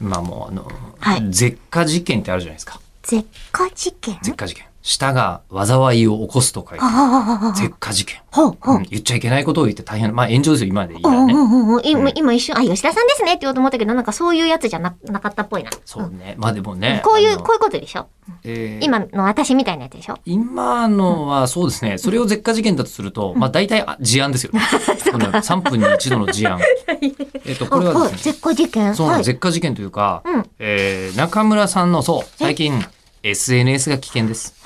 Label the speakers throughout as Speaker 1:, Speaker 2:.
Speaker 1: まあもうあの、
Speaker 2: はい
Speaker 1: 絶火事件ってあるじゃないですか。
Speaker 2: 絶火事件
Speaker 1: 絶火事件。舌が災いを起こすと書いて、
Speaker 2: ああ、
Speaker 1: 絶火事件、
Speaker 2: ほうほ
Speaker 1: う
Speaker 2: う。
Speaker 1: ん。言っちゃいけないことを言って大変。まあ炎上ですよ、今まで言いた
Speaker 2: お
Speaker 1: ら
Speaker 2: う
Speaker 1: ね。
Speaker 2: おうおうおう
Speaker 1: う
Speaker 2: 今
Speaker 1: ん
Speaker 2: 今一瞬、あ、吉田さんですねって言おうと思ったけど、なんかそういうやつじゃななかったっぽいな。
Speaker 1: そうね。まあでもね。
Speaker 2: こうい
Speaker 1: あ
Speaker 2: う、
Speaker 1: の
Speaker 2: こういうことでしょ
Speaker 1: えー
Speaker 2: 今の私みたいなやつでしょ
Speaker 1: 今のはそうですね。それを絶火事件だとすると、まあ大体あ事案ですよね。この3分に1度の事 案。えっと、これは
Speaker 2: あ
Speaker 1: で
Speaker 2: い
Speaker 1: すね、
Speaker 2: 絶火事件
Speaker 1: そうなん
Speaker 2: はい
Speaker 1: です絶火事件というか、
Speaker 2: うん
Speaker 1: えー中村さんの、そう、最近 SNS が危険です。えー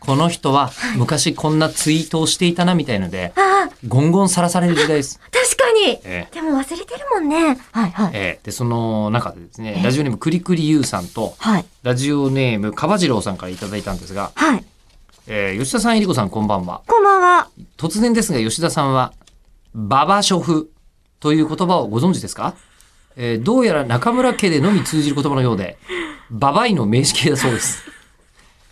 Speaker 1: この人は昔こんなツイートをしていたなみたいので、
Speaker 2: ああ、
Speaker 1: ゴンゴンさらされる時代です。
Speaker 2: 確かに
Speaker 1: えー
Speaker 2: でも忘れてるもんね。はいはい。
Speaker 1: えーで、その中でですね
Speaker 2: え、
Speaker 1: ラジオネームくりくりゆうさんと、
Speaker 2: はい。
Speaker 1: ラジオネームかばじろうさんからいただいたんですが、
Speaker 2: はい。
Speaker 1: えー吉田さん、えりこさん、こんばんは。
Speaker 2: こんばんは。
Speaker 1: 突然ですが、吉田さんは、ババ諸夫という言葉をご存知ですか、えーどうやら中村家でのみ通じる言葉のようで、ババイの名詞形だそうです。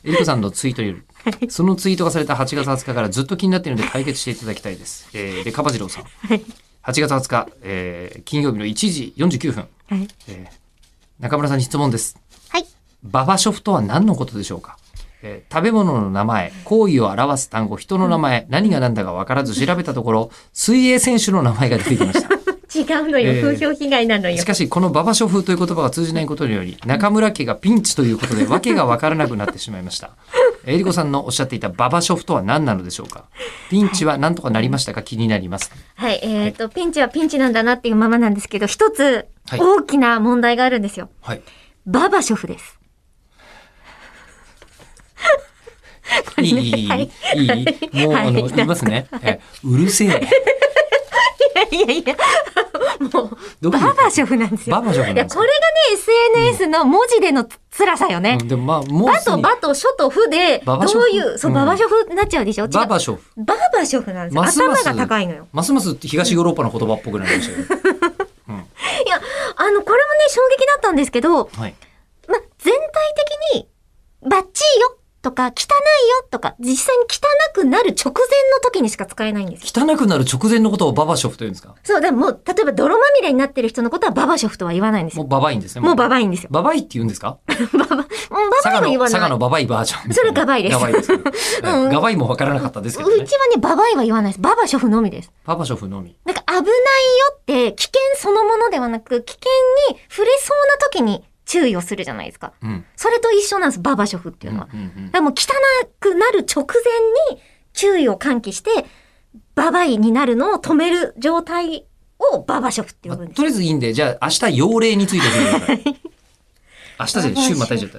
Speaker 1: えりこさんのツイートによる、そのツイートがされた8月20日からずっと気になっているので解決していただきたいです。えー、で、かばじろうさん。8月20日、えー金曜日の1時49分、
Speaker 2: はい。
Speaker 1: えー中村さんに質問です。
Speaker 2: はい。
Speaker 1: ババショフとは何のことでしょうか、えー食べ物の名前、行為を表す単語、人の名前、何が何だか分からず調べたところ、水泳選手の名前が出てきました。
Speaker 2: 違うの
Speaker 1: よえー風
Speaker 2: よ。風評被害なのよ
Speaker 1: し。かし、このババショフという言葉が通じないことにより、中村家がピンチということ で、訳が分からなくなってしまいました。えりこさんのおっしゃっていたババショフとは何なのでしょうかピンチは何とかなりましたか気になります。
Speaker 2: はい。えっと、ピンチはピンチなんだなっていうままなんですけど、一つ
Speaker 1: はい
Speaker 2: 大きな問題があるんですよ。
Speaker 1: はい。
Speaker 2: ババショフです。
Speaker 1: いい、いい、いい、いい。もう、あの、言いますね。えうるせえ。
Speaker 2: いやいや、
Speaker 1: どこ
Speaker 2: バ
Speaker 1: に
Speaker 2: バショフなんですよ。
Speaker 1: ババショフなん
Speaker 2: いや、
Speaker 1: です
Speaker 2: こ
Speaker 1: か
Speaker 2: れがね、SNS の文字でのつ辛さよね
Speaker 1: う。んでもまあ、もう
Speaker 2: バ
Speaker 1: すで
Speaker 2: と
Speaker 1: に
Speaker 2: バと書とフで、ど
Speaker 1: ババショ
Speaker 2: う
Speaker 1: フ
Speaker 2: いう、そう、
Speaker 1: うん
Speaker 2: ババショフになっちゃうでしょ違う。
Speaker 1: ババショフ。
Speaker 2: ババショフなんですよ。
Speaker 1: ますます
Speaker 2: 頭が高いのよ。
Speaker 1: ますます東ヨーロッパの言葉っぽくなりましたけど。
Speaker 2: いや、あの、これもね、衝撃だったんですけど、
Speaker 1: はい。
Speaker 2: ま、全体的に、バッチリよとか、汚いよとか、実際に汚くなる直前の時にしか使えないんですよ。
Speaker 1: 汚くなる直前のことをババショフと言うんですか
Speaker 2: そう、でももう、例えば泥まみれになってる人のことはババショフとは言わないんです
Speaker 1: も
Speaker 2: よ。
Speaker 1: うババインですね。
Speaker 2: もうバ
Speaker 1: バ
Speaker 2: バイんですよ。
Speaker 1: ババイって言うんですか
Speaker 2: ババ、もうバ
Speaker 1: 佐
Speaker 2: バイ
Speaker 1: 賀
Speaker 2: も言
Speaker 1: の、
Speaker 2: わ
Speaker 1: 佐賀
Speaker 2: ない。
Speaker 1: の
Speaker 2: う
Speaker 1: ババイバージョン。
Speaker 2: それガバイです
Speaker 1: ガバイですけど。
Speaker 2: ん
Speaker 1: はいガバイもわからなかったですけどね
Speaker 2: ち。はね、ババイは言わないです。ババショフのみです。
Speaker 1: ババショフのみ。
Speaker 2: なんか危ないよって、危険そのものではなく、危険に触れそうな時に注意をするじゃないですか。
Speaker 1: うん。
Speaker 2: それと一緒なんです、ババショフって
Speaker 1: う
Speaker 2: い
Speaker 1: ん
Speaker 2: う
Speaker 1: うん
Speaker 2: のは。
Speaker 1: うん
Speaker 2: だからもう汚くなる直前に注意を喚起して、ババイになるのを止める状態をババショフって
Speaker 1: ま
Speaker 2: 呼
Speaker 1: あ
Speaker 2: ぶんです。
Speaker 1: とりあえずいいんで、じゃあ明日、用例について見てください。明日じゃない週またいちゃった。